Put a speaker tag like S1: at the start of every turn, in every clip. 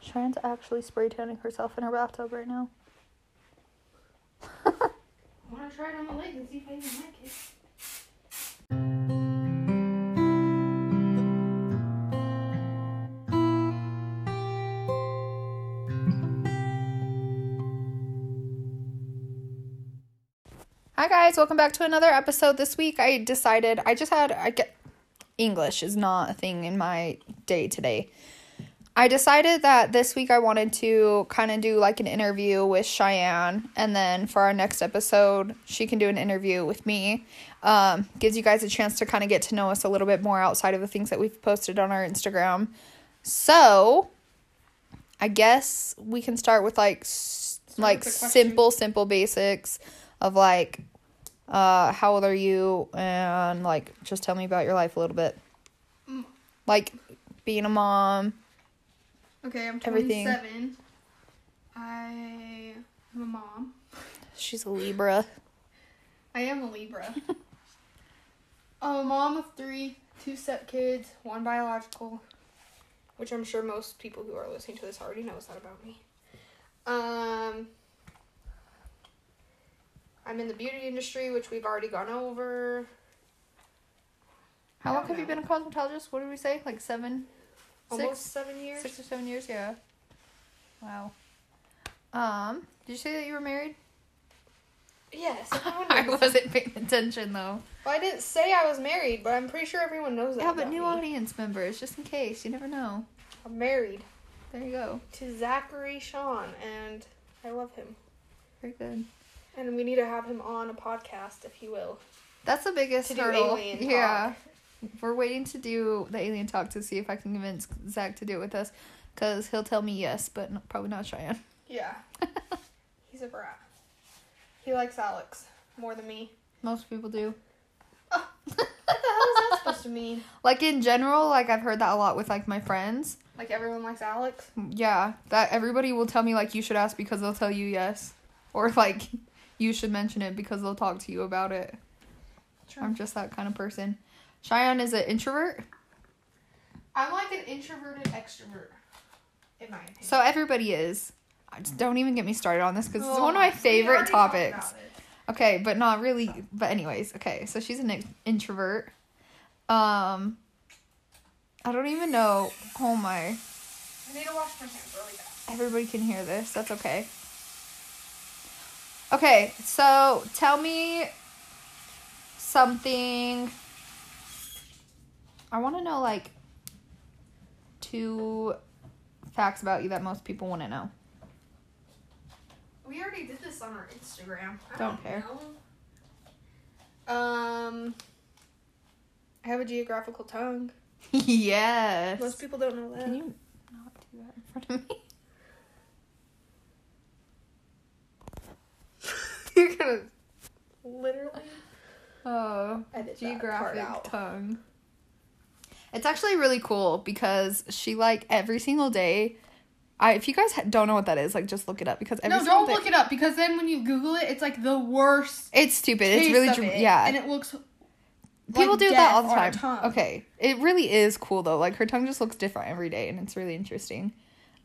S1: Cheyenne's actually spray tanning herself in her bathtub right now.
S2: I want to try it on the leg and see if I even like it.
S1: Hi guys, welcome back to another episode. This week I decided I just had I get English is not a thing in my day today. I decided that this week I wanted to kind of do like an interview with Cheyenne, and then for our next episode, she can do an interview with me. Um, gives you guys a chance to kind of get to know us a little bit more outside of the things that we've posted on our Instagram. So, I guess we can start with like s-
S2: Start
S1: like
S2: with the question.
S1: simple simple basics of like uh how old are you and like just tell me about your life a little bit.
S2: Mm.
S1: Like being a mom,
S2: Okay, I'm
S1: Everything.
S2: 27. I am a mom.
S1: she's a Libra.
S2: I am a Libra. I'm a mom of three, two step kids, one biological, which I'm sure most people who are listening to this already knows that about me. Um, I'm in the beauty industry, which we've already gone over.
S1: How
S2: I
S1: long
S2: don't
S1: have you
S2: know.
S1: been a cosmetologist? What did we say? Like seven, six,
S2: Almost seven years.
S1: six or seven years? Yeah. Wow. Um, did you say that you were married?
S2: Yes. everyone
S1: I
S2: knows.
S1: wasn't paying attention though.
S2: Well, I didn't say I was married, but I'm pretty sure everyone knows that.
S1: Yeah, but
S2: about
S1: new
S2: me.
S1: audience members, just in case. You never know.
S2: I'm married
S1: There you go.
S2: to Zachary Sean, and I love him.
S1: Very good.
S2: And we need to have him on a podcast, if you will.
S1: That's the biggest
S2: To do
S1: hurdle.
S2: alien
S1: yeah. We're waiting to do the alien talk to see if I can convince Zach to do it with us, because he'll tell me yes, but n probably not Cheyenne.
S2: Yeah. He's a brat. He likes Alex more than me.
S1: Most people do.
S2: What the hell is that supposed to mean?
S1: Like in general, like I've heard that a lot with like my friends.
S2: Like everyone likes Alex?
S1: Yeah, that everybody will tell me like you should ask because they'll tell you yes, or like you should mention it because they'll talk to you about it. I'm just that kind of person. Cheyenne is an introvert,
S2: I'm like an introverted extrovert, in my opinion.
S1: so everybody is. I just don't even get me started on this because it's
S2: Oh,
S1: one of my
S2: we
S1: favorite
S2: already talked about
S1: topics.
S2: it.
S1: Okay, but not really. But anyways, okay. So she's an in- introvert. Um, I don't even know. Oh my!
S2: I need to wash my hands really bad.
S1: Everybody can hear this. That's okay. Okay, so tell me something. I want to know like two facts about you that most people want to know.
S2: We already did this on our Instagram. I
S1: Don't care.
S2: know. Um, I have a geographical tongue.
S1: yes.
S2: Most people don't know that.
S1: Can you not do that in front of me?
S2: You're gonna literally
S1: Oh.
S2: edit that part
S1: geographic
S2: out.
S1: tongue. It's actually really cool because she like every single day. I if you guys ha- don't know what that is, like just look it up because every
S2: No,
S1: single
S2: don't
S1: day-
S2: look it up because then when you Google it, it's like the worst.
S1: It's stupid. It's
S2: taste
S1: really
S2: of
S1: dr-
S2: it,
S1: yeah.
S2: and it looks.
S1: People
S2: like
S1: do that
S2: death
S1: all the
S2: on
S1: time.
S2: a tongue.
S1: Okay, it really is cool though. Like her tongue just looks different every day, and it's really interesting.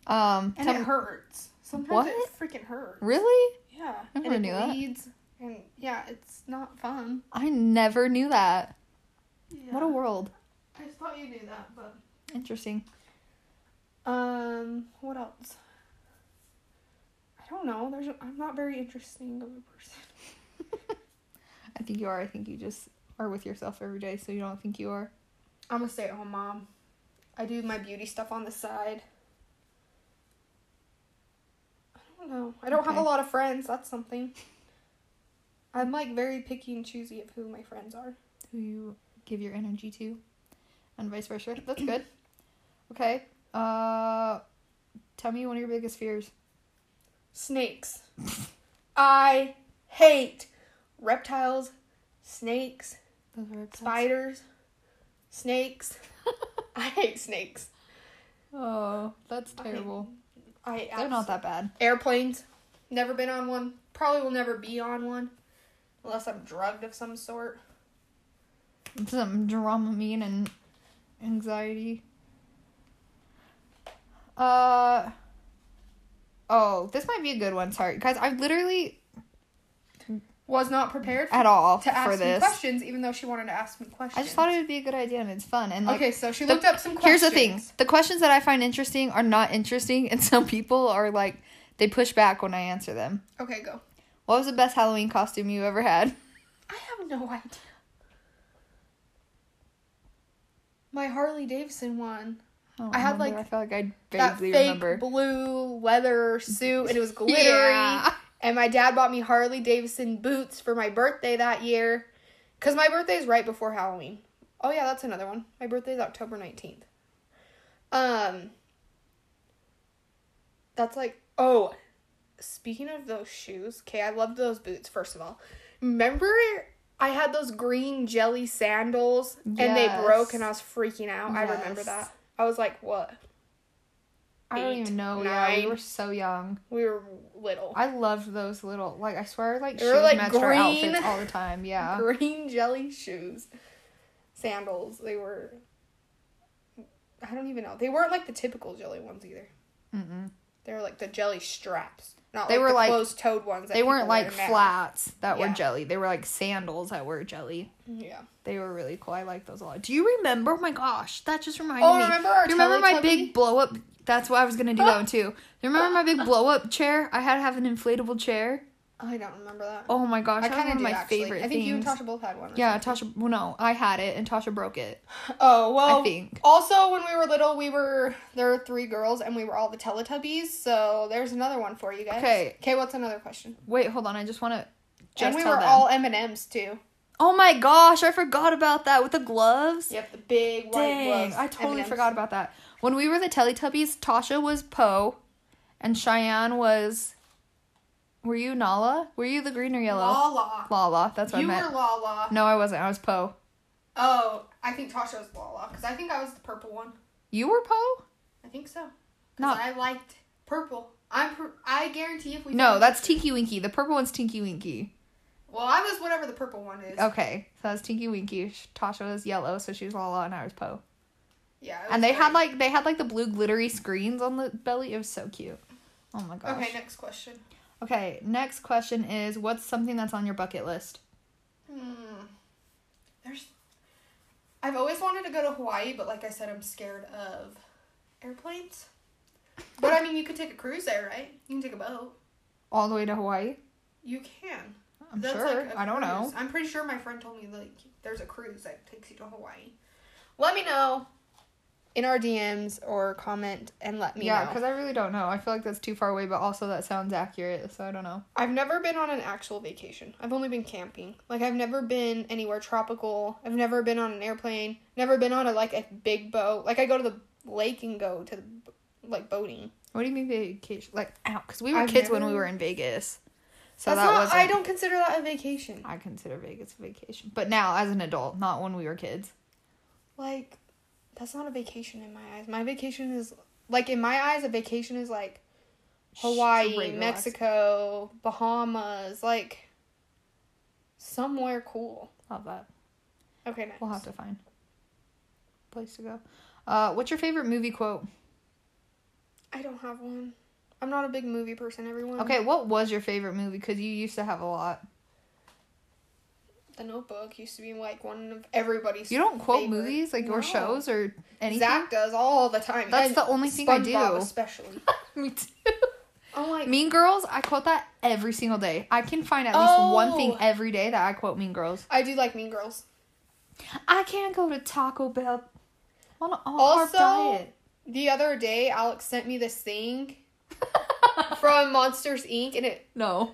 S1: Um,
S2: and
S1: tell
S2: it
S1: me-
S2: hurts. Sometimes
S1: What?
S2: it freaking hurts.
S1: really?
S2: Yeah,
S1: I never
S2: and
S1: knew
S2: it
S1: that.
S2: bleeds, and yeah, it's not fun.
S1: I never knew that.
S2: Yeah.
S1: What a world.
S2: I just thought you knew that, but.
S1: Interesting.
S2: Um, what else? I don't know. There's a, I'm not very interesting of a person.
S1: I think you are. I think you just are with yourself every day, so you don't think you are.
S2: I'm a stay-at-home mom. I do my beauty stuff on the side. I don't know. I don't have a
S1: Okay.
S2: lot of friends. That's something. I'm like very picky and choosy of who my friends are.
S1: who you give your energy to, and vice versa. That's good. Okay. Uh, tell me one of your biggest fears.
S2: Snakes. I hate reptiles, snakes,
S1: Those are reptiles.
S2: spiders, snakes. I hate snakes.
S1: Oh, that's
S2: I-
S1: terrible.
S2: I
S1: They're not that bad.
S2: Airplanes. Never been on one. Probably will never be on one. Unless I'm drugged of some sort.
S1: Some Dramamine and anxiety. Uh, Oh, this might be a good one. Sorry, guys. I literally
S2: Was not prepared
S1: at all
S2: to ask
S1: for
S2: me
S1: this.
S2: questions, even though she wanted to ask me questions.
S1: I just thought it would be a good idea and it's fun and like.
S2: okay, so she
S1: the-
S2: looked up some
S1: Here's
S2: questions.
S1: the thing: the questions that I find interesting are not interesting, and some people are like they push back when I answer them.
S2: Okay, go.
S1: What was the best Halloween costume you ever had?
S2: I have no idea. My Harley Davidson one.
S1: don't
S2: I had,
S1: remember.
S2: like,
S1: Oh, I feel like I
S2: That
S1: vaguely
S2: fake
S1: remember.
S2: blue leather suit, and it was glittery.
S1: Yeah.
S2: And my dad bought me Harley Davidson boots for my birthday that year. Because my birthday's right before Halloween. Oh, yeah, that's another one. My birthday's October 19th. Um, that's like, oh, speaking of those shoes, okay, I love those boots, first of all. Remember, I had those green jelly sandals and
S1: Yes.
S2: they broke, and I was freaking out. I remember
S1: Yes.
S2: that. I was like, what?
S1: I don't
S2: eight,
S1: even know. Yeah, we
S2: nine.
S1: were so young.
S2: We were little.
S1: I loved those little like I swear like
S2: They
S1: shoes
S2: were, like,
S1: matched our
S2: green.
S1: outfits all the time. Yeah,
S2: green jelly shoes, sandals. They were. I don't even know. They weren't like the typical jelly ones either.
S1: Mm-mm.
S2: They were like the jelly straps. Not
S1: They
S2: like
S1: were,
S2: the
S1: like-
S2: closed-toed ones. That
S1: they weren't
S2: people wear
S1: like
S2: now.
S1: flats that were
S2: Yeah.
S1: jelly. They were like sandals that were jelly.
S2: Yeah.
S1: They were really cool. I like those a lot. Do you remember? Oh my gosh, that just reminded
S2: Oh,
S1: me.
S2: remember our
S1: Do you remember my
S2: Teletubby?
S1: big blow up? That's what I was gonna do that one too. Do you remember my big blow up chair? I had to have an inflatable chair.
S2: I don't remember that.
S1: Oh my gosh,
S2: I
S1: that was
S2: kind
S1: one
S2: of
S1: of
S2: do
S1: my
S2: actually.
S1: favorite
S2: I think
S1: things.
S2: you and Tasha both had one. or
S1: yeah, Tasha. Well, no, I had it and Tasha broke it.
S2: something. Oh well.
S1: I think.
S2: Also, when we were little, we were there were three girls, and we were all the Teletubbies. So there's another one for you guys.
S1: Okay.
S2: Okay. What's another question?
S1: Wait, hold on. I just want to just
S2: and we
S1: tell
S2: were
S1: them.
S2: all M and M's too.
S1: oh my gosh, I forgot about that with the gloves.
S2: Yep. The big white
S1: Dang,
S2: gloves.
S1: I totally
S2: M&Ms.
S1: forgot about that. When we were the Teletubbies, Tasha was Poe, and Cheyenne was. Were you Nala? Were you the green or yellow?
S2: Lala.
S1: Lala. That's what
S2: you
S1: I meant.
S2: were Lala.
S1: no, I wasn't. I was Poe.
S2: Oh, I think Tasha was Lala because I think I was the purple one.
S1: You were Poe?
S2: I think so. 'Cause
S1: Not-
S2: I liked purple. I'm. Pur- I guarantee if we.
S1: No,
S2: found-
S1: that's Tinky Winky. The purple one's Tinky Winky.
S2: Well, I was whatever the purple one is.
S1: Okay, so that's Tinky Winky. Sh- Tasha was yellow, so she was Lala, and I was Poe.
S2: Yeah. it
S1: And
S2: was
S1: they had
S2: great.
S1: like they had like the blue glittery screens on the belly. It was so cute. Oh my gosh.
S2: Okay. Next question.
S1: Okay, next question is what's something that's on your bucket list?
S2: Hmm. There's. I've always wanted to go to Hawaii, but like I said, I'm scared of airplanes. But I mean, you could take a cruise there, right? You can take a boat.
S1: All the way to Hawaii?
S2: You can.
S1: I'm
S2: That's
S1: sure.
S2: like a
S1: I don't know.
S2: cruise. I'm pretty sure my friend told me like there's a cruise that takes you to Hawaii. Let me know in our DMs or comment and let me
S1: Yeah,
S2: know.
S1: because I really don't know. I feel like that's too far away, but also that sounds accurate, so I don't know.
S2: I've never been on an actual vacation. I've only been camping. Like I've never been anywhere tropical. I've never been on an airplane. Never been on a like a big boat. Like I go to the lake and go to the like boating.
S1: What do you mean vacation? Like, ow, because we were
S2: I've
S1: kids when
S2: never-
S1: we were in Vegas. So
S2: That's
S1: that
S2: not.
S1: was
S2: I don't consider that a vacation.
S1: I consider Vegas a vacation. But now as an adult, not when we were kids.
S2: like that's not a vacation in my eyes. My vacation is like in my eyes a vacation is like Hawaii,
S1: Straight relax.
S2: Mexico, Bahamas, like somewhere cool.
S1: Love that.
S2: Okay, next.
S1: We'll have to find a place to go. Uh, what's your favorite movie quote?
S2: I don't have one. I'm not a big movie person, everyone.
S1: Okay, what was your favorite movie? Because you used to have a lot.
S2: The Notebook used to be like one of everybody's.
S1: You don't quote
S2: favorite.
S1: movies like
S2: No.
S1: or shows or anything.
S2: Zach does all the time.
S1: That's
S2: and
S1: the only thing I
S2: SpongeBob
S1: do.
S2: especially.
S1: Me too.
S2: I'm like,
S1: Mean Girls, I quote that every single day. I can find at least one thing
S2: Oh.
S1: every day that I quote Mean Girls.
S2: I do like Mean Girls.
S1: I can't go to Taco Bell on an all carb
S2: Also-
S1: diet.
S2: The other day, Alex sent me this thing from Monsters Inc. and it
S1: no.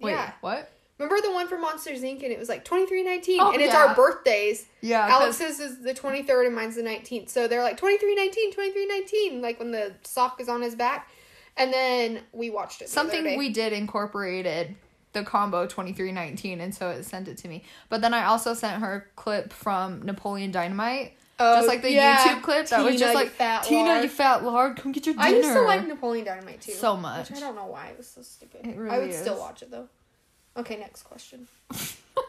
S1: Wait,
S2: yeah.
S1: what?
S2: Remember the one from Monsters Inc. and it was like twenty three nineteen,
S1: Oh,
S2: and it's
S1: yeah.
S2: our birthdays.
S1: Yeah, 'cause-
S2: Alex's is the twenty third and mine's the nineteenth, so they're like 2319, 2319, like when the sock is on his back. And then we watched it. the other
S1: something
S2: day.
S1: we did incorporated the combo 2319 and so it sent it to me but then i also sent her a clip from napoleon dynamite
S2: Oh,
S1: just like the
S2: yeah.
S1: youtube clip that was
S2: Tina,
S1: just
S2: you
S1: like
S2: fat
S1: tina
S2: lard."
S1: you fat lard come get your dinner
S2: I used to like Napoleon Dynamite too,
S1: So much.
S2: Which I don't know why it was so stupid.
S1: It
S2: I would
S1: really
S2: still
S1: is.
S2: watch it though. Okay, next question. I want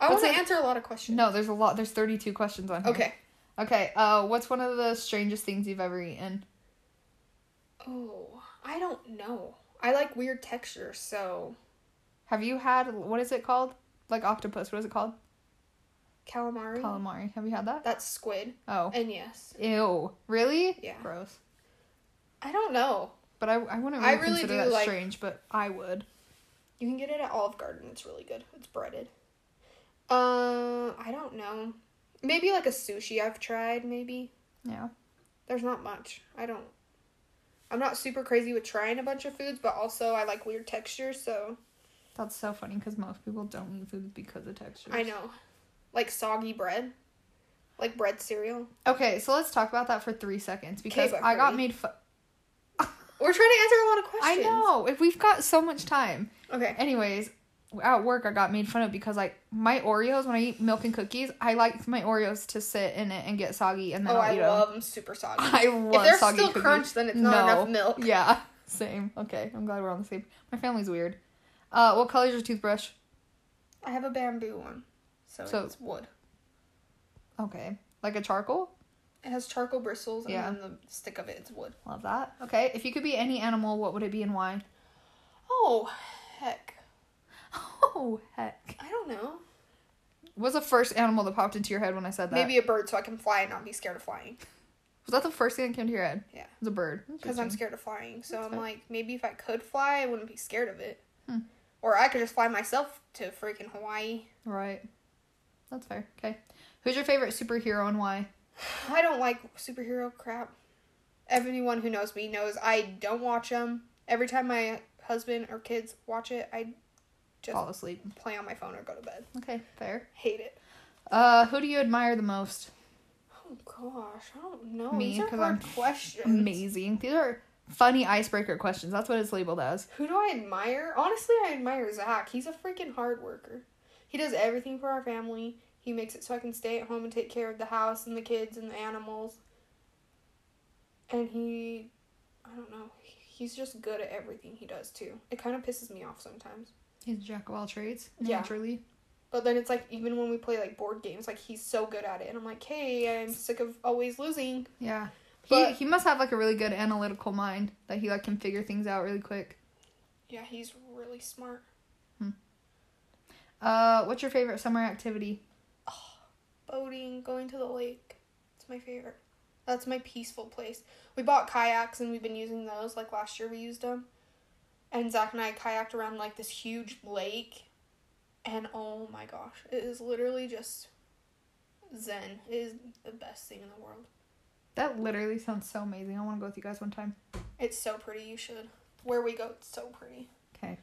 S1: What's
S2: to
S1: a-
S2: answer a lot of questions.
S1: no there's a lot there's 32 questions on here
S2: Okay.
S1: okay uh what's one of the strangest things you've ever eaten
S2: Oh, I don't know. I like weird textures, so
S1: Have you had what is it called? Like octopus, what is it called?
S2: calamari.
S1: Calamari. Have you had that?
S2: That's squid.
S1: Oh.
S2: And yes,
S1: Ew. Really?
S2: Yeah.
S1: Gross.
S2: I don't know.
S1: But I, I wouldn't
S2: I
S1: really,
S2: really
S1: consider
S2: do
S1: that
S2: like-
S1: strange, but I would.
S2: You can get it at Olive Garden. It's really good. It's breaded. Uh, I don't know. Maybe like a sushi I've tried. Maybe
S1: Yeah.
S2: there's not much. I don't. I'm not super crazy with trying a bunch of foods, but also I like weird textures, so
S1: That's so funny because most people don't eat food because of texture.
S2: I know. Like soggy bread, like bread cereal.
S1: Okay, so let's talk about that for three seconds because
S2: but
S1: I got
S2: hurry.
S1: made fun.
S2: We're trying to answer a lot of
S1: I
S2: questions.
S1: know. If we've got so much time.
S2: Okay.
S1: Anyways, at work I got made fun of because like my Oreos when I eat milk and cookies, I like my Oreos to sit in it and get soggy and then
S2: Oh,
S1: I'll
S2: I
S1: eat
S2: love them super soggy.
S1: them. I love
S2: if they're
S1: soggy
S2: still
S1: cookies.
S2: crunched, then it's not enough milk.
S1: Yeah, same. Okay, I'm glad we're on the same. My family's weird. Uh, what color is your toothbrush?
S2: I have a bamboo one, so,
S1: So-
S2: it's wood.
S1: Okay, like a charcoal.
S2: It has charcoal bristles, and
S1: Yeah.
S2: then the stick of it is wood.
S1: Love that. Okay, if you could be any animal, what would it be and why?
S2: Oh, heck.
S1: Oh heck!
S2: I don't know.
S1: What's the first animal that popped into your head when I said that?
S2: Maybe a bird so I can fly and not be scared of flying.
S1: was that the first thing that came to your head?
S2: Yeah.
S1: it was a bird.
S2: Because I'm scared of flying. So
S1: That's
S2: I'm
S1: fair.
S2: like, maybe if I could fly, I wouldn't be scared of it.
S1: Hmm.
S2: Or I could just fly myself to freaking Hawaii.
S1: Right. That's fair. Okay. Who's your favorite superhero and why?
S2: I don't like superhero crap. Everyone who knows me knows I don't watch them. Every time my husband or kids watch it, I just
S1: Fall asleep.
S2: play on my phone or go to bed.
S1: Okay, fair.
S2: Hate it.
S1: Uh, who do you admire the most?
S2: Oh gosh, I don't know.
S1: Me,
S2: These are
S1: 'cause
S2: hard
S1: I'm
S2: questions.
S1: Amazing. These are funny icebreaker questions. That's what it's labeled as.
S2: Who do I admire? Honestly, I admire Zach. He's a freaking hard worker. He does everything for our family. He makes it so I can stay at home and take care of the house and the kids and the animals. And he, I don't know, he's just good at everything he does too. It kind of pisses me off sometimes.
S1: He's a jack of all trades,
S2: Yeah.
S1: naturally.
S2: But then it's like, even when we play like board games, like he's so good at it. And I'm like, hey, I'm sick of always losing.
S1: Yeah.
S2: But-
S1: he he must have like a really good analytical mind that he like can figure things out really quick.
S2: Yeah, he's really smart.
S1: Uh, what's your favorite summer activity?
S2: boating, going to the lake. It's my favorite. That's my peaceful place. We bought kayaks and we've been using those. Like last year, we used them. And Zach and I kayaked around like this huge lake. And oh my gosh, it is literally just zen. It is the best thing in the world.
S1: That literally sounds so amazing. I want to go with you guys one time.
S2: It's so pretty. You should. Where we go, it's so pretty.
S1: Okay.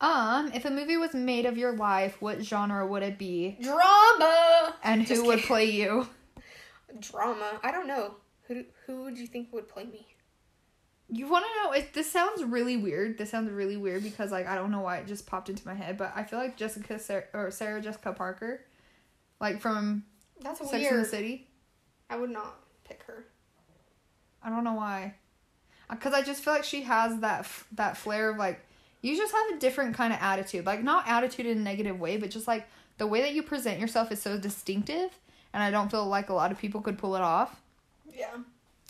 S1: Um, if a movie was made of your life, what genre would it be?
S2: Drama!
S1: And
S2: Just
S1: who would
S2: kidding.
S1: play you?
S2: Drama. I don't know. Who, who would you think would play me?
S1: You want to know? It, this sounds really weird. This sounds really weird because like I don't know why it just popped into my head, but I feel like Jessica Sar- or Sarah Jessica Parker, like from
S2: That's
S1: Sex and the
S2: weird.
S1: City.
S2: I would not pick her.
S1: I don't know why, because I just feel like she has that f- that flair of like you just have a different kind of attitude, like not attitude in a negative way, but just like the way that you present yourself is so distinctive, and I don't feel like a lot of people could pull it off,
S2: Yeah.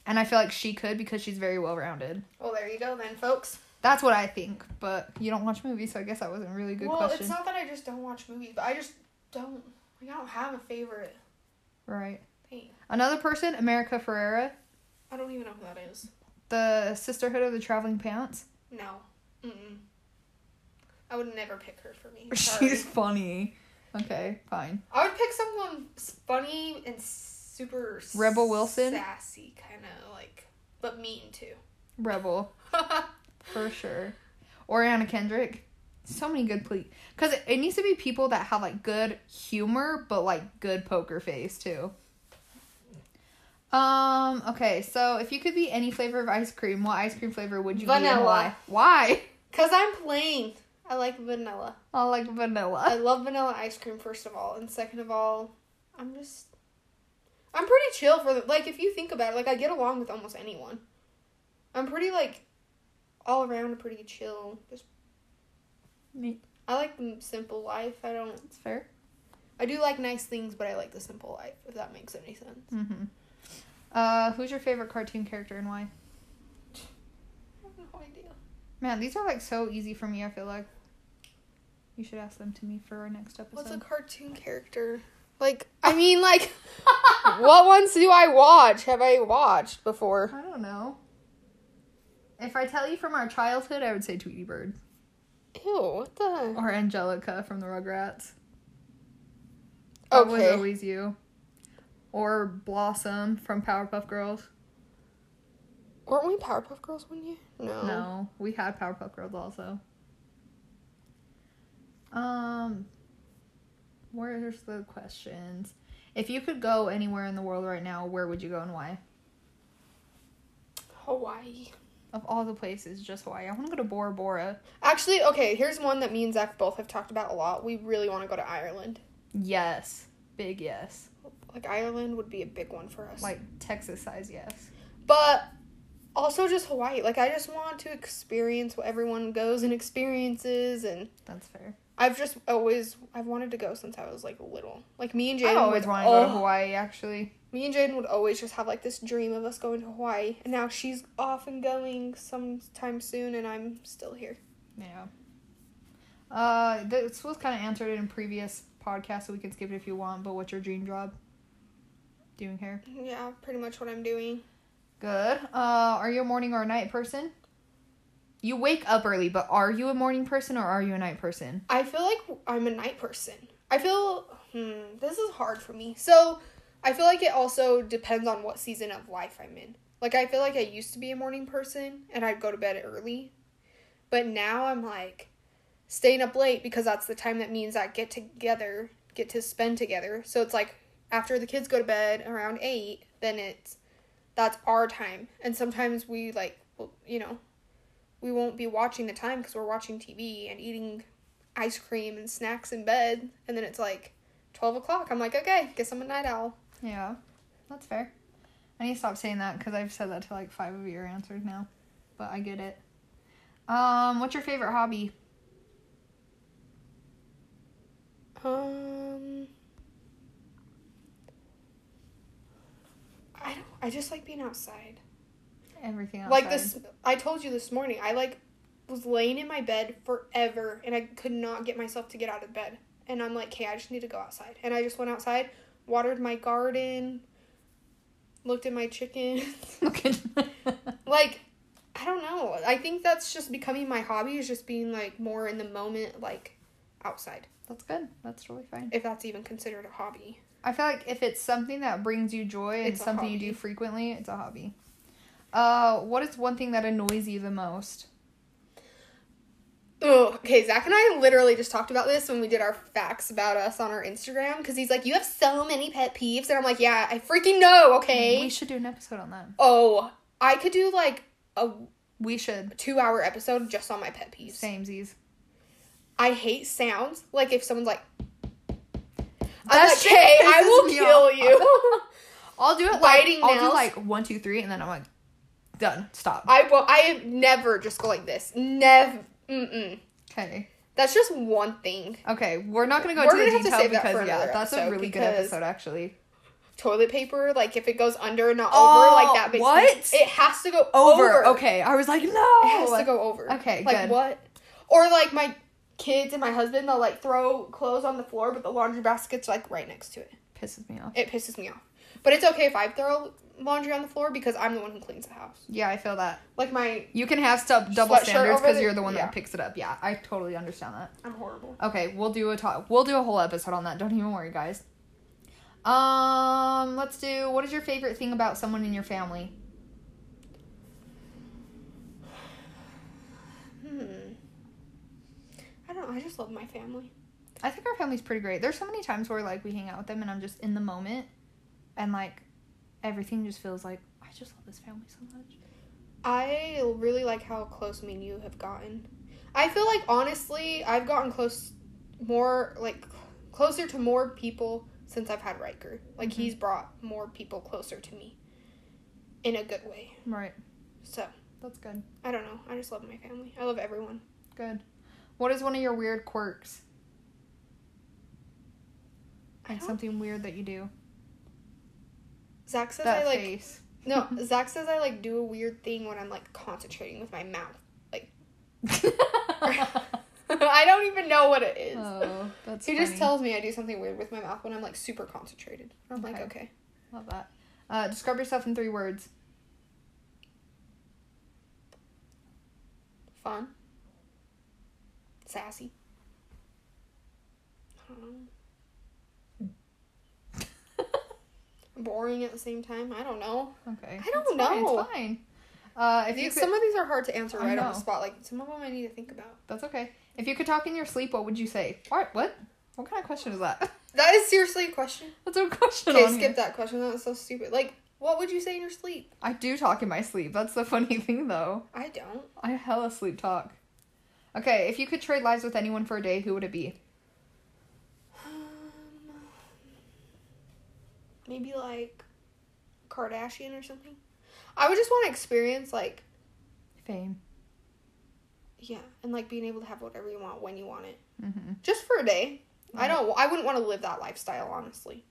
S1: and I feel like she could because she's very well rounded.
S2: Well, there you go then, folks.
S1: That's what I think, but you don't watch movies, so I guess that wasn't a really good
S2: well,
S1: question.
S2: it's not that I just don't watch movies, but I just don't. Like, I don't have a favorite
S1: Right.
S2: thing.
S1: Another person, America Ferrera,
S2: I don't even know who that is.
S1: the Sisterhood of the Traveling Pants.
S2: No. Mm-mm. I would never pick her for me. Sorry.
S1: She's funny. Okay, fine.
S2: I would pick someone s- funny and super
S1: Rebel Wilson?
S2: sassy, kind of like, but mean too.
S1: Rebel for sure. Or Anna Kendrick. So many good ple because it, it needs to be people that have like good humor, but like good poker face too. Um. Okay. So if you could be any flavor of ice cream, what ice cream flavor would you be? and
S2: Vanilla.
S1: Why? Why?
S2: Cause I'm plain. I like vanilla.
S1: I like
S2: I
S1: vanilla.
S2: love vanilla ice cream first of all, and second of all, I'm just I'm pretty chill for the like if you think about it, like I get along with almost anyone. I'm pretty like all around pretty chill. Just
S1: That's
S2: I like the simple life. I don't
S1: fair.
S2: I do like nice things, but I like the simple life if that makes any sense.
S1: Mm-hmm. Uh, who's your favorite cartoon character and why? Man, these are like so easy for me, I feel like. You should ask them to me for our next episode.
S2: What's a cartoon character? Like, I mean, like, what ones do I watch? Have I watched before?
S1: I don't know. If I tell you from our childhood, I would say Tweety Bird
S2: Ew, what the?
S1: or Angelica from the Rugrats. That was
S2: Okay.
S1: always you. Or Blossom from Powerpuff Girls.
S2: Weren't we Powerpuff Girls one year? No.
S1: No, we had Powerpuff Girls also. Um, where's the questions? If you could go anywhere in the world right now, where would you go and why?
S2: Hawaii.
S1: Of all the places, just Hawaii. I want to go to Bora Bora.
S2: Actually, okay, here's one that me and Zach both have talked about a lot. We really want to go to Ireland.
S1: Yes, big yes.
S2: Like, Ireland would be a big one for us.
S1: Like Texas size yes.
S2: but also just Hawaii. Like, I just want to experience what everyone goes and experiences. And
S1: That's fair.
S2: I've just always, I've wanted to go since I was, like, little. Like, me and Jaden.
S1: I always
S2: would
S1: wanted to go to
S2: al-
S1: Hawaii. Actually,
S2: Me and Jaden would always just have like this dream of us going to Hawaii, and now she's off and going sometime soon, and I'm still here.
S1: yeah. Uh, this was kind of answered in previous podcasts, so we can skip it if you want. But what's your dream job? Doing hair.
S2: Yeah, pretty much what I'm doing.
S1: Good. Uh, are you a morning or a night person? You wake up early, but are you a morning person or are you a night person?
S2: I feel like I'm a night person. I feel hmm, this is hard for me. So I feel like it also depends on what season of life I'm in. Like I feel like I used to be a morning person and I'd go to bed early, but now I'm like staying up late because that's the time that means I get together, get to spend together. So it's like after the kids go to bed around eight, then it's that's our time. And sometimes we like, well, you know, we won't be watching the time because we're watching TV and eating ice cream and snacks in bed, and then it's like twelve o'clock. I'm like, okay, guess I'm a night owl.
S1: Yeah, that's fair. I need to stop saying that because I've said that to like five of your answers now, but I get it. Um, what's your favorite hobby?
S2: Um, I don't. I just like being outside.
S1: Everything outside.
S2: Like this, I told you this morning. I like was laying in my bed forever, and I could not get myself to get out of bed. And I'm like, okay, I just need to go outside. And I just went outside, watered my garden, looked at my chickens.
S1: Okay.
S2: like i don't know i think that's just becoming my hobby is just being like more in the moment like outside
S1: that's good. That's totally fine.
S2: if that's even considered a hobby
S1: I feel like if it's something that brings you joy and
S2: It's a
S1: something you
S2: hobby.
S1: do frequently, it's a hobby. Uh, what is one thing that annoys you the most?
S2: Ugh, okay zach and i literally just talked about this when we did our facts about us on our instagram because he's like you have so many pet peeves and i'm like yeah i freaking know okay
S1: We should do an episode on that.
S2: oh i could do like a
S1: We should.
S2: two hour episode just on my pet peeves
S1: Samesies.
S2: i hate sounds like if someone's like i'm
S1: That
S2: like
S1: shit
S2: hey i
S1: pisses
S2: will
S1: me
S2: kill
S1: off."
S2: you
S1: I'll do it
S2: Biting
S1: like I'll do
S2: nails.
S1: like one, two, three, and then I'm like, done. Stop.
S2: I will. I never just go like this. Never. Mm-mm.
S1: Okay.
S2: That's just one thing.
S1: Okay. We're not gonna go
S2: We're
S1: into
S2: gonna
S1: the
S2: have to
S1: detail
S2: save that for
S1: because yeah,
S2: another
S1: that's a
S2: episode
S1: really good
S2: because-
S1: episode actually.
S2: Toilet paper, like if it goes under and not
S1: Oh,
S2: over, like that makes
S1: what?
S2: me- it has to go over.
S1: Over. Okay. I was like, no.
S2: It has to go over.
S1: Okay,
S2: Like
S1: good.
S2: what? Or like my kids and my husband, they'll like throw clothes on the floor, but the laundry basket's like right next to it.
S1: Pisses me off.
S2: It pisses me off. But it's okay if I throw laundry on the floor because I'm the one who cleans the house.
S1: Yeah, I feel that.
S2: Like my,
S1: You can have stuff double
S2: Sweatshirt
S1: standards
S2: over
S1: because
S2: the-
S1: you're the one
S2: yeah.
S1: that picks it up. Yeah, I totally understand that.
S2: I'm horrible.
S1: Okay, we'll do a talk. We'll do a whole episode on that. Don't even worry, guys. Um, let's do. What is your favorite thing about someone in your family?
S2: Hmm. I don't know. I just love my family.
S1: I think our family's pretty great. There's so many times where like we hang out with them and I'm just in the moment and like everything just feels like I just love this family so much.
S2: I really like how close me and you have gotten. I feel like honestly, I've gotten close, more like closer to more people since I've had Riker. Like
S1: Mhm.
S2: he's brought more people closer to me, in a good way.
S1: Right.
S2: So
S1: That's good.
S2: I don't know. I just love my family. I love everyone.
S1: Good. What is one of your weird quirks?
S2: I
S1: Like
S2: don't-
S1: something weird that you do.
S2: Zach says
S1: That
S2: I like
S1: face.
S2: no. Zach says I like do a weird thing when I'm like concentrating with my mouth, like I don't even know what it is.
S1: oh, that's
S2: he just
S1: funny.
S2: tells me I do something weird with my mouth when I'm like super concentrated. I'm like,
S1: Okay.
S2: okay.
S1: Love that. Uh, describe yourself in three words.
S2: Fun. Sassy. I don't know. Boring at the same time. I don't know.
S1: Okay.
S2: I don't
S1: it's fine,
S2: know.
S1: it's fine. Uh, if you
S2: These-
S1: could,
S2: some of these are hard to answer
S1: I
S2: right on the
S1: know.
S2: spot. Like some of them I need to think about.
S1: that's okay. If you could talk in your sleep, what would you say? What? What? What kind of question is that?
S2: That is seriously a question.
S1: that's a question.
S2: Okay,
S1: on
S2: skip
S1: here.
S2: that question. That was so stupid. Like, what would you say in your sleep?
S1: I do talk in my sleep. That's the funny thing, though.
S2: I don't.
S1: I hella sleep talk. Okay, if you could trade lives with anyone for a day, who would it be?
S2: Um, maybe like Kardashian or something. I would just want to experience like
S1: Fame.
S2: yeah, and like being able to have whatever you want when you want it,
S1: Mm-hmm.
S2: just for a day. I
S1: Right.
S2: don't. I wouldn't want to live that lifestyle honestly,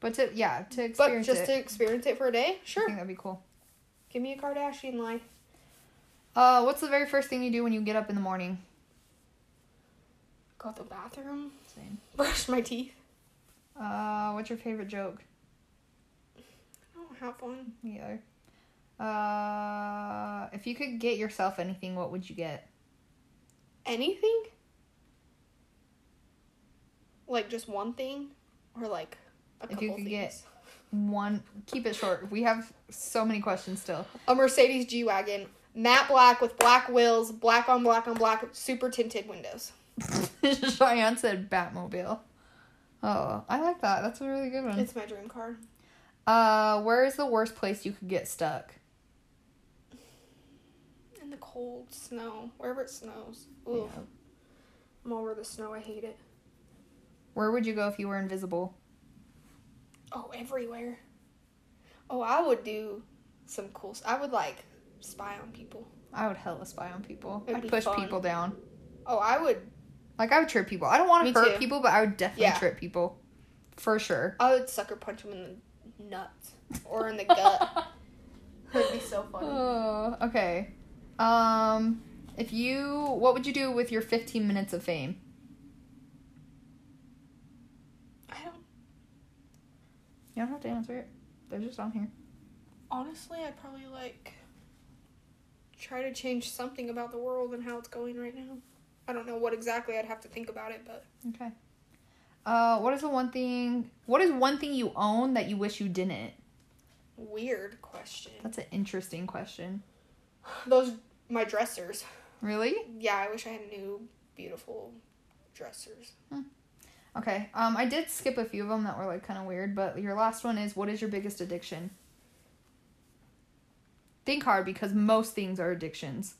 S1: But to yeah, to
S2: but
S1: experience
S2: just
S1: it,
S2: to experience it for a day,
S1: I
S2: sure.
S1: think that'd be cool.
S2: Give me a Kardashian life.
S1: Uh, what's the very first thing you do when you get up in the morning?
S2: Go to the bathroom,
S1: Same.
S2: brush my teeth.
S1: Uh, what's your favorite joke?
S2: I don't have one.
S1: Me either. Uh, if you could get yourself anything, what would you get?
S2: Anything? Like just one thing, or like a
S1: If
S2: couple
S1: you could
S2: things.
S1: get- One. Keep it short. We have so many questions still.
S2: a Mercedes G wagon, matte black with black wheels, black on black on black, super tinted windows.
S1: Cheyenne said Batmobile. Oh, I like that. That's a really good one.
S2: It's my dream car.
S1: Uh, where is the worst place you could get stuck?
S2: And the cold snow, wherever it snows. Ooh,
S1: Yeah.
S2: I'm over the snow. I hate it.
S1: Where would you go if you were invisible?
S2: Oh, everywhere. Oh, I would do some cool. s- I would like spy on people.
S1: I would hella spy on people.
S2: It'd be
S1: I'd push
S2: fun.
S1: people down.
S2: Oh, I would.
S1: Like I would trip people. I don't want
S2: Me
S1: to hurt
S2: too.
S1: people, but I would definitely
S2: Yeah.
S1: trip people, for sure.
S2: I would sucker punch them in the nuts or in the gut. That'd be so funny.
S1: Oh, okay. Um, if you, what would you do with your 15 minutes of fame?
S2: I don't.
S1: You don't have to answer it. They're just on here.
S2: Honestly, I'd probably like try to change something about the world and how it's going right now. I don't know what exactly. I'd have to think about it, but
S1: Okay. Uh, what is the one thing? What is one thing you own that you wish you didn't?
S2: weird question.
S1: That's an interesting question.
S2: Those my dressers.
S1: Really?
S2: Yeah, I wish I had new beautiful dressers.
S1: Okay. Um, I did skip a few of them that were like kind of weird, but your last one is what is your biggest addiction? Think hard because most things are addictions.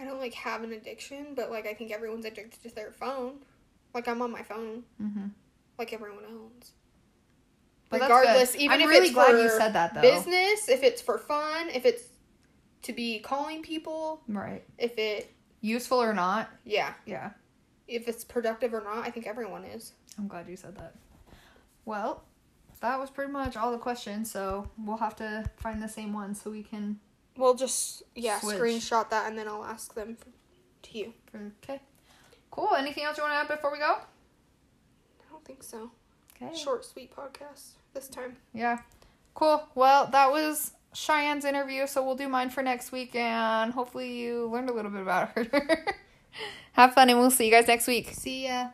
S2: I don't like have an addiction, but like I think everyone's addicted to their phone. Like I'm on my phone,
S1: Mm-hmm.
S2: like everyone else.
S1: But that's good.
S2: Regardless, even
S1: I'm
S2: if
S1: really
S2: it's
S1: glad
S2: for
S1: you said that though.
S2: business, if it's for fun, if it's to be calling people,
S1: Right.
S2: if it
S1: Useful or not?
S2: yeah,
S1: Yeah.
S2: if it's productive or not, I think everyone is.
S1: I'm glad you said that. Well, that was pretty much all the questions, so we'll have to find the same one so we can.
S2: We'll just yeah
S1: Switch.
S2: screenshot that and then I'll ask them f to you.
S1: Okay. Cool. Anything else you want to add before we go?
S2: I don't think so.
S1: Okay.
S2: Short, sweet podcast this time.
S1: Yeah. Cool. Well, that was Cheyenne's interview, so we'll do mine for next week, and hopefully you learned a little bit about her. have fun, and we'll see you guys next week.
S2: See ya.